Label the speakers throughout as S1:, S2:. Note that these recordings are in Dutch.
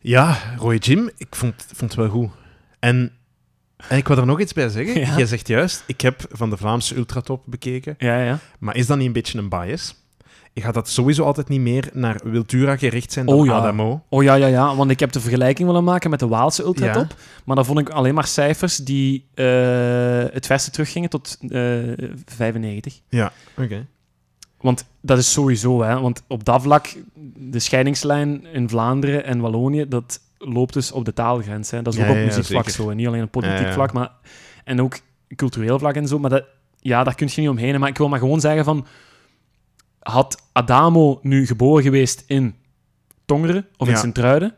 S1: Ja, Roy Jim, ik vond, vond het wel goed. En, en ik wil er nog iets bij zeggen.
S2: Ja.
S1: Jij zegt juist, ik heb van de Vlaamse Ultratop bekeken.
S2: Ja, ja.
S1: Maar is dat niet een beetje een bias? Je gaat dat sowieso altijd niet meer naar Wiltura gericht zijn dan
S2: Oh ja.
S1: Adamo.
S2: Oh ja, ja, ja. Want ik heb de vergelijking willen maken met de Waalse ultratop. Maar dan vond ik alleen maar cijfers die eh, het westen teruggingen tot eh 95.
S1: Ja, oké.
S2: Want dat is sowieso, hè. Want op dat vlak, de scheidingslijn in Vlaanderen en Wallonië, dat loopt dus op de taalgrens. Hè. Dat is
S1: Ja,
S2: ook op
S1: ja, ja,
S2: muziekvlak
S1: zeker.
S2: zo. En niet alleen op politiek
S1: Ja, ja.
S2: vlak, maar... En ook cultureel vlak en zo. Maar dat, ja, daar kun je niet omheen. Maar ik wil maar gewoon zeggen van... Had Adamo nu geboren geweest in Tongeren of in
S1: Ja.
S2: Sint-Truiden...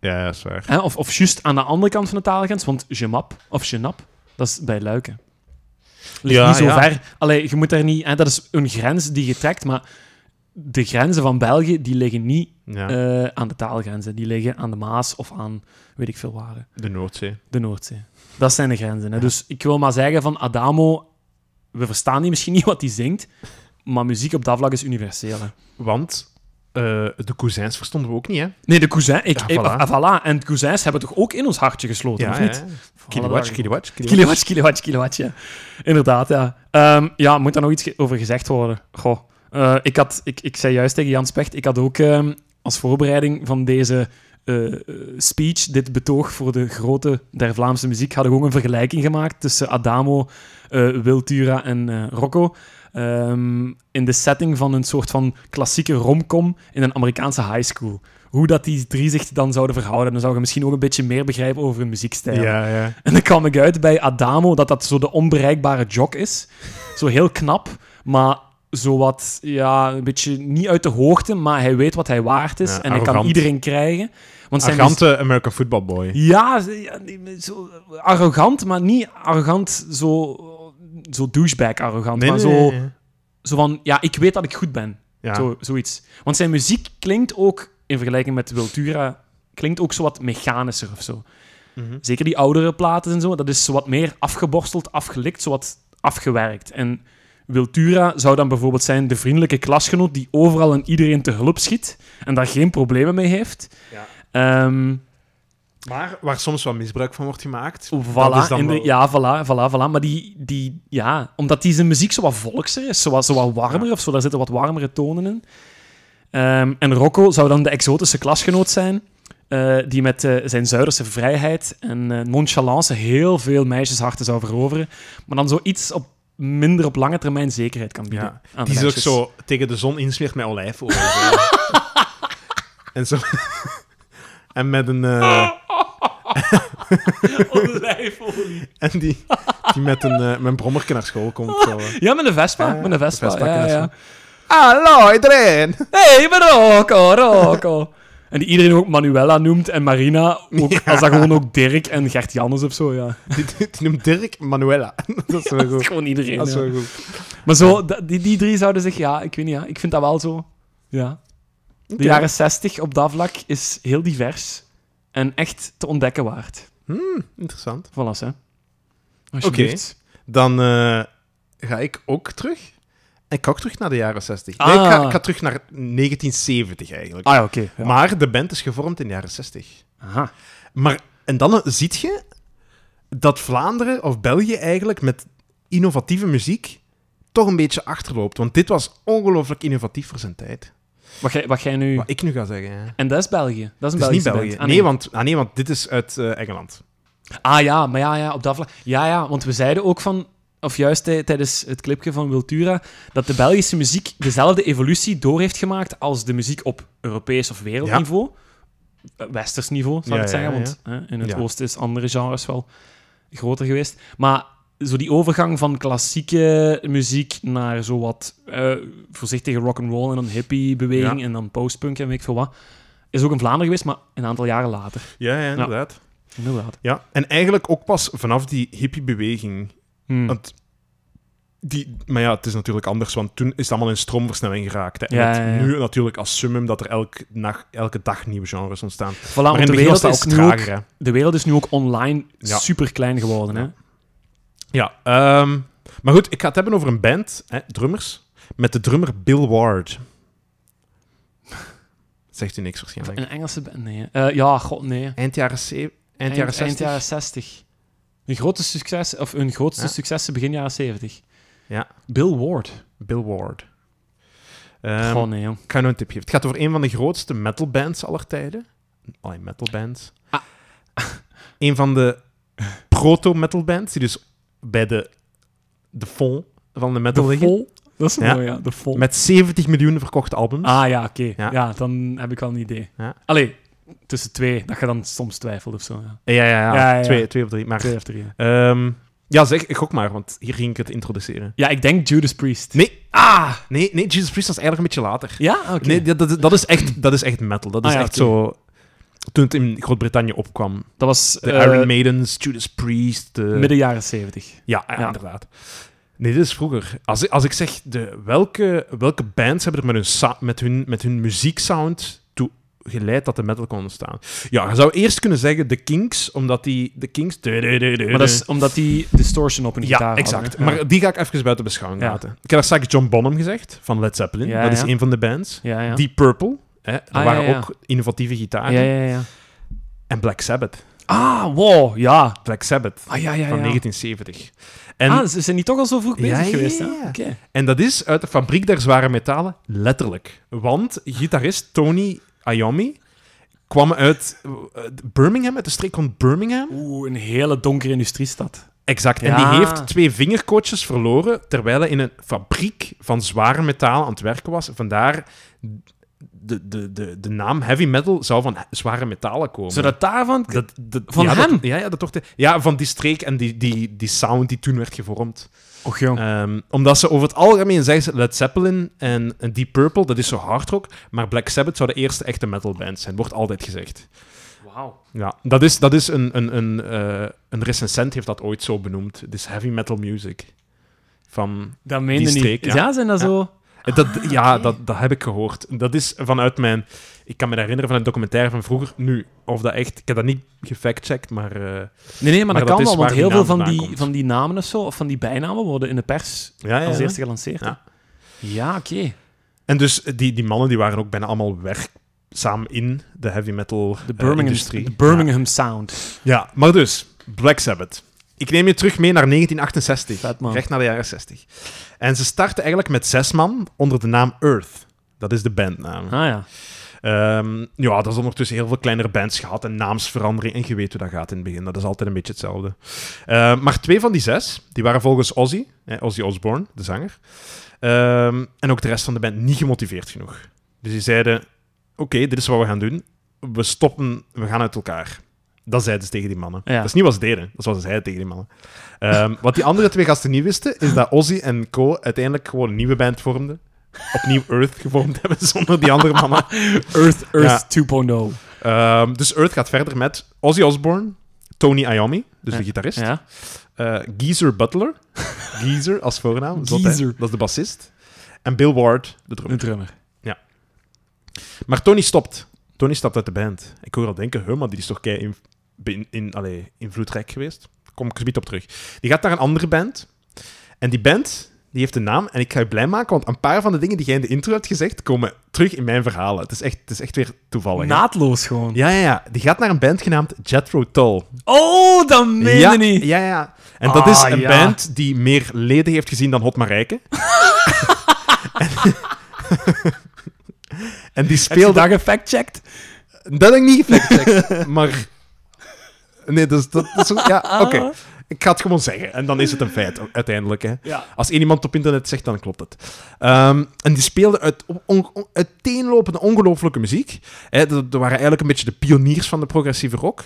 S1: Ja, dat is waar.
S2: hè, Of, of juist aan de andere kant van de taalgrens, want Jemap of Genap, dat is bij Luiken. Ligt
S1: Ja,
S2: niet zo
S1: ja.
S2: ver. Allee, je moet daar niet... Hè, dat is een grens die je trekt, maar de grenzen van België, die liggen niet
S1: Ja,
S2: eh, aan de taalgrenzen. Die liggen aan de Maas of aan, weet ik veel waar,
S1: de Noordzee.
S2: de Noordzee. Dat zijn de grenzen. Hè. Dus ik wil maar zeggen van Adamo, we verstaan die misschien niet wat hij zingt, maar muziek op dat vlak is universeel. hè.
S1: Want eh, de cousins verstonden we ook niet, hè?
S2: Nee, de cousin... Ik,
S1: Ja,
S2: ik-
S1: voilà.
S2: ah, voilà. En de cousins hebben toch ook in ons hartje gesloten, of niet? Voilà,
S1: Kiliwatch,
S2: daar-
S1: Kiliwatch, Kiliwatch.
S2: Kilowatt, kilowatt, kilowatt, ja. Inderdaad, ja. Ehm, ja, moet daar nog iets ge- over gezegd worden? Goh. Eh, ik, had, ik, ik zei juist tegen Jan Specht, ik had ook ehm, als voorbereiding van deze eh, eh, speech, dit betoog voor de grote der Vlaamse muziek, had ik ook een vergelijking gemaakt tussen Adamo, eh, Wiltura en eh, Rocco. Ehm, in de setting van een soort van klassieke romcom in een Amerikaanse high school. Hoe dat die drie zich dan zouden verhouden. Dan zou je misschien ook een beetje meer begrijpen over hun muziekstijl.
S1: Ja, ja.
S2: En dan kwam ik uit bij Adamo dat dat zo de onbereikbare jock is. Zo heel knap, maar zo wat, ja, een beetje niet uit de hoogte, maar hij weet wat hij waard is
S1: Ja,
S2: en hij kan
S1: arrogant.
S2: iedereen krijgen. Want zijn
S1: Arrogante American Football Boy.
S2: muzie- Ja, ze- ja, die- zo arrogant, maar niet arrogant zo, zo douchebag-arrogant, maar zo, zo van, ja, ik weet dat ik goed ben.
S1: Ja.
S2: Zo, zoiets. Want zijn muziek klinkt ook, in vergelijking met Wiltura, klinkt ook zo wat mechanischer of zo.
S1: Mhm.
S2: Zeker die oudere platen en zo, dat is zo wat meer afgeborsteld, afgelikt, zo wat afgewerkt. En Wiltura zou dan bijvoorbeeld zijn de vriendelijke klasgenoot die overal en iedereen te hulp schiet en daar geen problemen mee heeft.
S1: Ja.
S2: Ehm,
S1: Maar waar soms wel misbruik van wordt gemaakt.
S2: Voilà,
S1: is dan
S2: in de-
S1: wel-
S2: ja, voilà, voilà, voilà. Maar die, die, ja, omdat die zijn muziek zo wat volkser is, zo wat, zo wat warmer of zo, daar zitten wat warmere tonen in. Ehm, en Rocco zou dan de exotische klasgenoot zijn, eh, die met eh, zijn Zuiderse vrijheid en eh, nonchalance heel veel meisjesharten zou veroveren, maar dan zoiets op minder op lange termijn zekerheid kan bieden.
S1: Ja,
S2: aan de
S1: Die zich
S2: meisjes.
S1: zo tegen de zon insmeert met olijfolie. Zo. en zo. en met een. eh,
S2: Ah! Olijfolie.
S1: en die, die met een, eh, met een brommerke naar school komt. Zo.
S2: Ja, met een Vespa.
S1: Ja,
S2: met een Vespa,
S1: Vespa,
S2: ja,
S1: ken
S2: ja.
S1: dat Hallo iedereen!
S2: Hey, ik ben Rocco, Rocco. en die iedereen ook Manuela noemt en Marina, ook, als dat gewoon ook Dirk en Gert Jannes of zo, ja.
S1: die, die noemt Dirk Manuela. dat is wel goed.
S2: Gewoon iedereen,
S1: Dat is
S2: ja.
S1: wel goed.
S2: Maar zo, da- die, die drie zouden zich, ja, ik weet niet, ja, ik vind dat wel zo. Ja. De
S1: Oké.
S2: jaren 60 op dat vlak is heel divers en echt te ontdekken waard.
S1: Hmm, interessant.
S2: Voilà, hè. Alsjeblieft.
S1: dan eh, ga ik ook terug. Ik ga ook terug naar de jaren 60. Nee,
S2: Ah.
S1: ik ga, ik ga terug naar 1970 eigenlijk.
S2: Ah ja, oké. ja.
S1: Maar de band is gevormd in de jaren 60.
S2: Aha.
S1: Maar, en dan eh, ziet je dat Vlaanderen of België eigenlijk met innovatieve muziek toch een beetje achterloopt. Want dit was ongelooflijk innovatief voor zijn tijd.
S2: Wat jij, wat jij nu...
S1: Wat ik nu ga zeggen. hè.
S2: En dat is België. Dat is
S1: Het
S2: een
S1: is niet
S2: Belgische
S1: België. nee,
S2: band. Ah,
S1: want, ah, nee, want dit is uit eh, Engeland.
S2: Ah ja, maar ja, ja op dat vlak. Ja, ja, want we zeiden ook van, of juist tij- tijdens het clipje van Wiltura, dat de Belgische muziek dezelfde evolutie door heeft gemaakt als de muziek op Europees of wereldniveau. Eh, Westers niveau, zou
S1: Ja,
S2: ik
S1: ja,
S2: zeggen,
S1: ja,
S2: want hè, in het
S1: Ja.
S2: oosten is andere genres wel groter geweest. Maar zo die overgang van klassieke muziek naar zo wat eh, voorzichtige rock'n'roll en dan hippie-beweging
S1: Ja.
S2: en dan postpunk en weet ik veel wat, is ook in Vlaanderen geweest, maar een aantal jaren later.
S1: Ja, ja inderdaad. Ja.
S2: Inderdaad.
S1: En eigenlijk ook pas vanaf die hippiebeweging
S2: Hmm.
S1: Want die, maar ja, het is natuurlijk anders, want toen is het allemaal in stroomversnelling geraakt. Hè. En
S2: Ja,
S1: het-
S2: ja, ja.
S1: nu natuurlijk als summum dat er elk nacht- elke dag nieuwe genres ontstaan.
S2: Voilà,
S1: maar in
S2: Ah, want
S1: het
S2: de
S1: begin was
S2: wereld
S1: dat
S2: is
S1: ook
S2: nu ook
S1: trager. hè.
S2: de wereld is nu ook online
S1: Ja.
S2: super klein geworden. Hè?
S1: Ja, ehm, maar goed, ik ga het hebben over een band, hè, drummers, met de drummer Bill Ward. Zegt u niks waarschijnlijk.
S2: Een Engelse band? Nee. Eh, ja, god, nee.
S1: Eind jaren, ze- eind jaren 60.
S2: Eind jaren 60. Hun grootste succes, of hun grootste
S1: Ja.
S2: successen begin jaren 70.
S1: Ja.
S2: Bill Ward.
S1: Bill Ward. Ehm,
S2: Goh, nee, jong.
S1: ik ga je nog een tipje geven. Het gaat over een van de grootste metalbands aller tijden. Allee, metalbands.
S2: Ah.
S1: een van de proto-metalbands, die dus bij de, de fond van de metal
S2: De
S1: liggen.
S2: Vol. Dat is een
S1: Ja.
S2: mooi, ja. De Vol.
S1: Met 70 miljoen verkochte albums.
S2: Ah, ja, oké.
S1: Ja.
S2: Ja. dan heb ik al een idee.
S1: Ja.
S2: Allee, tussen twee, dat je dan soms twijfelt of zo. Ja.
S1: Ja, ja, ja.
S2: Ja, ja, ja.
S1: Twee, twee of drie. Maar,
S2: Twee of drie. ja.
S1: ehm, ja, zeg, gok maar, want hier ging ik het introduceren.
S2: Ja, ik denk Judas Priest.
S1: Nee, ah! Nee, nee Jesus Priest was eigenlijk een beetje later.
S2: Ja, oké.
S1: Nee, dat, dat, dat, is echt, dat is echt metal. Dat is
S2: Ah, ja,
S1: echt
S2: oké.
S1: zo... Toen het in Groot-Brittannië opkwam.
S2: dat was
S1: De
S2: eh,
S1: Iron Maidens, Judas Priest... de-
S2: midden jaren 70.
S1: Ja, ja,
S2: Ja.
S1: inderdaad. Nee, dit is vroeger. Als, ik- als ik zeg, de, welke, welke bands hebben er met hun, sa- met hun, met hun muzieksound toe geleid dat de metal kon ontstaan? Ja, je zou eerst kunnen zeggen de Kinks, omdat die... De Kinks...
S2: Maar dat is omdat die distortion op hun
S1: Ja,
S2: gitaar
S1: exact.
S2: hadden, hè. Ja.
S1: Maar die ga ik even buiten beschouwing
S2: Ja.
S1: laten. Ik heb daar straks John Bonham gezegd, van Led Zeppelin.
S2: Ja,
S1: dat is
S2: ja.
S1: een van de bands.
S2: Ja, ja.
S1: Deep Purple. Hè, er
S2: Ah,
S1: waren
S2: ja, ja.
S1: ook innovatieve gitaren.
S2: ja, ja, ja.
S1: En Black Sabbath.
S2: Ah, wow, ja.
S1: Black Sabbath,
S2: Ah, ja, ja, ja.
S1: van 1970. En,
S2: ah, ze zijn niet toch al zo vroeg
S1: Ja,
S2: bezig
S1: ja,
S2: geweest, hè?
S1: ja.
S2: Oké.
S1: en dat is uit de fabriek der zware metalen, letterlijk. Want gitarist Tony Iommi kwam uit eh, Birmingham, uit de streek rond Birmingham.
S2: Oeh, een hele donkere industriestad.
S1: Exact. En
S2: Ja.
S1: die heeft twee vingerkootjes verloren terwijl hij in een fabriek van zware metalen aan het werken was. Vandaar de, de, de, de naam heavy metal zou van he- zware metalen komen.
S2: Zou dat daarvan...
S1: Dat- dat-
S2: Van
S1: ja,
S2: hem?
S1: Dat, ja, ja, dat toch de- ja, van die streek en die, die, die sound die toen werd gevormd.
S2: Och, jong.
S1: Ehm, omdat ze over het algemeen zeggen ze Led Zeppelin en en Deep Purple, dat is zo hard rock. Maar Black Sabbath zou de eerste echte metalband zijn, wordt altijd gezegd.
S2: Wauw.
S1: Ja, dat is, dat is een, een, een, eh, een recensent heeft dat ooit zo benoemd. Het is heavy metal music. Van,
S2: Dat meende
S1: Die streek,
S2: niet.
S1: ja.
S2: Ja. zijn dat
S1: Ja.
S2: zo...
S1: eh, dat,
S2: Ah,
S1: ja, dat, dat heb ik gehoord. Dat is vanuit mijn... Ik kan me herinneren van een documentaire van vroeger. Nu, of dat echt... Ik heb dat niet gefactcheckt, maar... eh,
S2: Nee, nee, maar,
S1: Maar
S2: dat,
S1: dat
S2: kan
S1: is
S2: wel, want
S1: waar die
S2: heel veel
S1: naam
S2: van die,
S1: vandaan komt.
S2: van die namen of zo, of van die bijnamen, worden in de pers
S1: ja,
S2: als eerste gelanceerd. hè.
S1: Ja.
S2: Ja, oké.
S1: En dus eh, die, die mannen die waren ook bijna allemaal werk samen in de heavy metal
S2: De
S1: eh,
S2: Birmingham,
S1: industrie.
S2: de Birmingham Sound.
S1: Ja. Ja, maar dus, Black Sabbath. Ik neem je terug mee naar 1968.
S2: Vet, man.
S1: Recht naar de jaren 60. En ze starten eigenlijk met zes man onder de naam Earth. Dat is de bandnaam.
S2: Ah ja.
S1: Ehm, ja, dat is ondertussen heel veel kleinere bands gehad en naamsverandering. En je weet hoe dat gaat in het begin. Dat is altijd een beetje hetzelfde. Ehm, maar twee van die zes, die waren volgens Ozzy, hè, Ozzy Osbourne, de zanger, ehm, en ook de rest van de band niet gemotiveerd genoeg. Dus die zeiden, oké, dit is wat we gaan doen. We stoppen, we gaan uit elkaar. Dat zeiden ze tegen die mannen.
S2: Ja.
S1: Dat is niet wat ze deden, dat is wat ze zeiden tegen die mannen. Ehm, wat die andere twee gasten niet wisten, is dat Ozzy en Co. uiteindelijk gewoon een nieuwe band vormden. Opnieuw Earth gevormd hebben zonder die andere mannen.
S2: Earth, Earth oh. 2.0.
S1: Ehm, dus Earth gaat verder met Ozzy Osbourne, Tony Iommi, dus de
S2: Ja,
S1: gitarist,
S2: Ja.
S1: eh, Geezer Butler, Geezer als voornaam, zot, hè?
S2: Geezer.
S1: dat is de bassist, en Bill Ward, de drummer.
S2: Een drummer. Mm.
S1: Maar Tony stopt. Tony stapt uit de band. Ik hoor al denken, huh, maar die is toch kei in, in, in, allee, invloedrijk geweest? Kom ik gebied op terug. Die gaat naar een andere band. En die band, die heeft een naam. En ik ga je blij maken, want een paar van de dingen die jij in de intro hebt gezegd, komen terug in mijn verhalen. Het is echt, het is echt weer toevallig. hè?
S2: Naadloos gewoon.
S1: Ja, ja, ja. Die gaat naar een band genaamd Jethro Tull.
S2: Oh, dat meen je
S1: ja,
S2: niet.
S1: Ja, ja. En dat is
S2: Ah,
S1: een
S2: ja.
S1: band die meer leden heeft gezien dan Hot Marijke. En- en die
S2: Heb je
S1: speelde...
S2: dat gefact-checked?
S1: Dat heb ik niet gefactcheckt, maar... Nee, dus dat, dat is... Ja, oké. Ik ga het gewoon zeggen. En dan is het een feit, uiteindelijk. Hè.
S2: Ja.
S1: Als één iemand op internet zegt, dan klopt het. Ehm, en die speelden uit, on- on- uiteenlopende, ongelooflijke muziek. Hè, dat, dat waren eigenlijk een beetje de pioniers van de progressieve rock.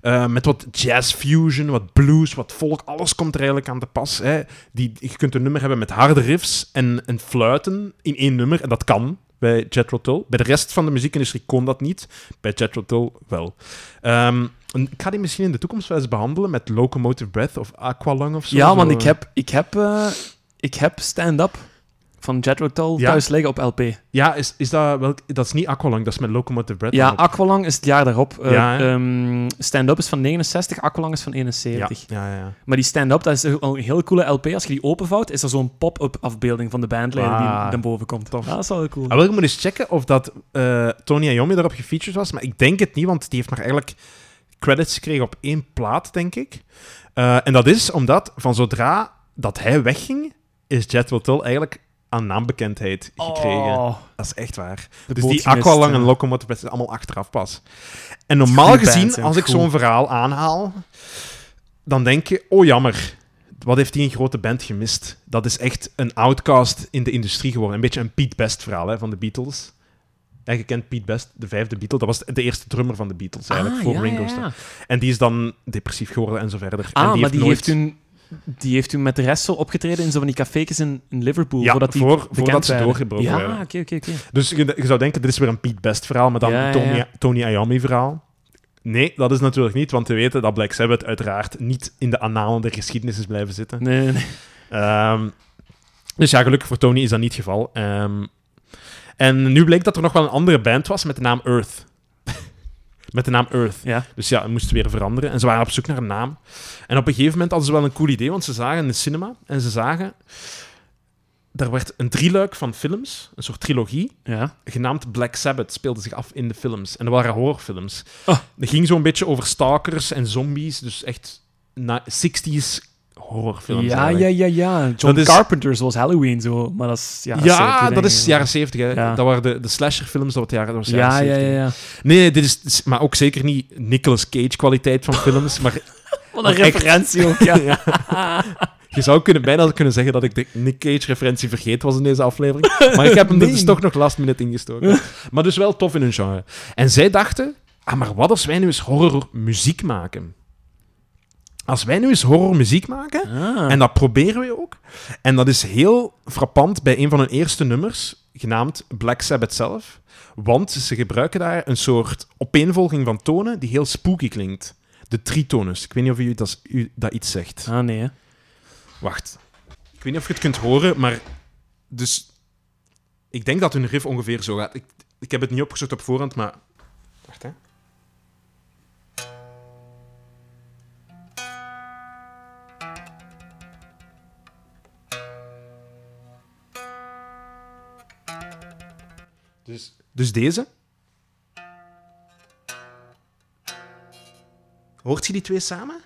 S1: Eh, met wat jazz fusion, wat blues, wat folk. Alles komt er eigenlijk aan te pas. Hè. Die, je kunt een nummer hebben met harde riffs en, en fluiten in één nummer. En dat kan bij Jethro Tull. Bij de rest van de muziekindustrie kon dat niet. Bij Jethro Tull wel. Ehm, en ik ga die misschien in de toekomst wel eens behandelen met Locomotive Breath of Aqualung of zo.
S2: Ja, want
S1: Zo,
S2: ik heb, ik heb, eh, ik heb stand-up van Jethro Tull
S1: Ja.
S2: thuis liggen op LP.
S1: Ja, is, is dat, welk, dat is niet Aqualung, dat is met Locomotive Bread.
S2: Ja, ah,
S1: dan op.
S2: Aqualung is het jaar daarop. Eh,
S1: Ja, hè?
S2: ehm, stand-up is van 69, Aqualung is van
S1: ja,
S2: 71.
S1: ja, ja, ja.
S2: Maar die stand-up, dat is al een heel coole LP. Als je die openvouwt, is er zo'n pop-up afbeelding van de bandleider
S1: Ah,
S2: die naar boven komt.
S1: tof.
S2: Ja, dat is wel heel cool.
S1: Ah, wel, ik moet eens checken of dat eh, Tony Iommi erop gefeatured was, maar ik denk het niet, want die heeft maar eigenlijk credits gekregen op één plaat, denk ik. Eh, en dat is omdat van zodra dat hij wegging, is Jethro Tull eigenlijk aan naambekendheid gekregen.
S2: Oh,
S1: Dat is echt waar.
S2: de Ah,
S1: dus
S2: boot
S1: die
S2: gemist,
S1: Aqualung
S2: hè.
S1: en Locomotive Bread is allemaal achteraf pas. En normaal
S2: Goeie
S1: gezien,
S2: bands, hè,
S1: als ik
S2: cool.
S1: zo'n verhaal aanhaal, dan denk je, oh jammer, wat heeft die een grote band gemist? Dat is echt een outcast in de industrie geworden. Een beetje een Pete Best verhaal hè, van de Beatles. En je kent Pete Best, de vijfde Beatle. Dat was de eerste drummer van de Beatles eigenlijk,
S2: Ah,
S1: voor
S2: ja,
S1: Ringo
S2: ja,
S1: Starr.
S2: ja.
S1: En die is dan depressief geworden en zo verder.
S2: Ah,
S1: en
S2: maar die,
S1: nooit-
S2: heeft toen, die heeft toen met de rest zo opgetreden in zo van die cafékes in, in Liverpool.
S1: Ja,
S2: voordat die
S1: voor-
S2: bekend
S1: voordat ze
S2: werden.
S1: doorgebroken
S2: Ja,
S1: werden.
S2: oké, oké, oké.
S1: Dus je, je zou denken, er is weer een Pete Best verhaal, maar dan
S2: Ja, ja,
S1: Tony,
S2: ja.
S1: Tony Iommi verhaal. Nee, dat is natuurlijk niet, want we weten dat Black Sabbath uiteraard niet in de analen der geschiedenis is blijven zitten.
S2: Nee, nee, nee.
S1: Ehm, dus ja, gelukkig voor Tony is dat niet het geval. Ehm, en nu bleek dat er nog wel een andere band was met de naam Earth. met de naam Earth.
S2: Ja.
S1: Dus ja, we moesten weer veranderen. En ze waren op zoek naar een naam. En op een gegeven moment hadden ze wel een cool idee, want ze zagen in de cinema en ze zagen... Daar werd een drieluik van films, een soort trilogie,
S2: ja.
S1: genaamd Black Sabbath speelde zich af in de films. En dat waren horrorfilms.
S2: Ah.
S1: Dat ging zo'n beetje over stalkers en zombies. Dus echt na 60s horrorfilms.
S2: Ja, ja,
S1: eigenlijk.
S2: ja, ja. John
S1: eh, Dat is-
S2: Carpenter, zoals Halloween, zo. Maar dat is
S1: Ja,
S2: jaren 70, denk
S1: dat
S2: ik.
S1: is jaren 70. Hè.
S2: Ja.
S1: Dat waren de, de slasherfilms, dat, was jaren- dat was jaren
S2: Ja, ja,
S1: 70.
S2: ja. ja.
S1: Nee, nee, dit is- dit is... Maar ook zeker niet Nicolas Cage kwaliteit van films. maar
S2: Wat
S1: een
S2: een referentie ook, ja.
S1: ja. Je zou kunnen, bijna kunnen zeggen dat ik de Nick Cage-referentie vergeten was in deze aflevering. Maar ik heb hem er dus
S2: Nee.
S1: toch nog last minute ingestoken. Maar dus wel tof in hun genre. En zij dachten, ah, maar wat als wij nu eens horrormuziek maken? Als wij nu eens horrormuziek maken,
S2: Ah.
S1: en dat proberen we ook. En dat is heel frappant bij een van hun eerste nummers, genaamd Black Sabbath zelf. Want ze gebruiken daar een soort opeenvolging van tonen die heel spooky klinkt. De tritonus. Ik weet niet of u dat, u dat iets zegt.
S2: Ah, nee, hè.
S1: Wacht. Ik weet niet of je het kunt horen, maar... Dus... Ik denk dat hun riff ongeveer zo gaat. Ik, ik heb het niet opgezocht op voorhand, maar... Wacht, hè. Dus, dus deze. Hoort je die twee samen?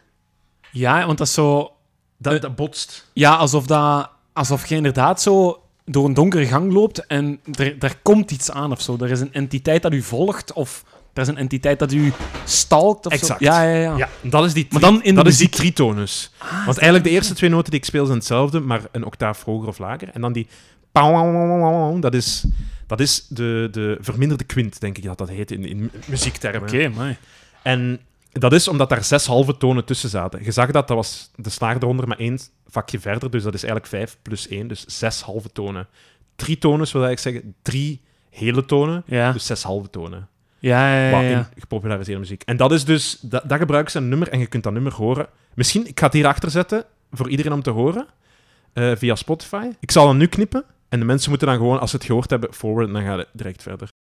S2: Ja, want dat is zo...
S1: Dat, dat botst.
S2: Ja, alsof, dat, alsof je inderdaad zo door een donkere gang loopt en er, er komt iets aan of zo. Er is een entiteit dat u volgt of er is een entiteit dat u stalkt of
S1: Exact.
S2: zo. Ja, ja, ja.
S1: Ja, dat is die,
S2: Maar dan in de
S1: dat is die tritonus. Want eigenlijk de eerste twee noten die ik speel zijn hetzelfde, maar een octaaf hoger of lager. En dan die... pauw, wauw, wauw, wauw, wauw, Dat is, dat is de, de verminderde kwint, denk ik dat dat heet in, in mu- muziektermen.
S2: Oké, mooi.
S1: En dat is omdat daar zes halve tonen tussen zaten. Je zag dat, dat was de snaar eronder, maar één vakje verder. Dus dat is eigenlijk vijf plus één, dus zes halve tonen. Tritonus wil eigenlijk zeggen drie hele tonen,
S2: Ja,
S1: dus zes halve tonen
S2: ja, ja, ja,
S1: wat
S2: ja.
S1: in gepopulariseerde muziek. En dat is dus, dat, dat gebruiken ze een nummer en je kunt dat nummer horen. Misschien, ik ga het hierachter zetten voor iedereen om te horen eh, via Spotify. Ik zal hem nu knippen en de mensen moeten dan gewoon, als ze het gehoord hebben, forwarden en dan gaat het direct verder.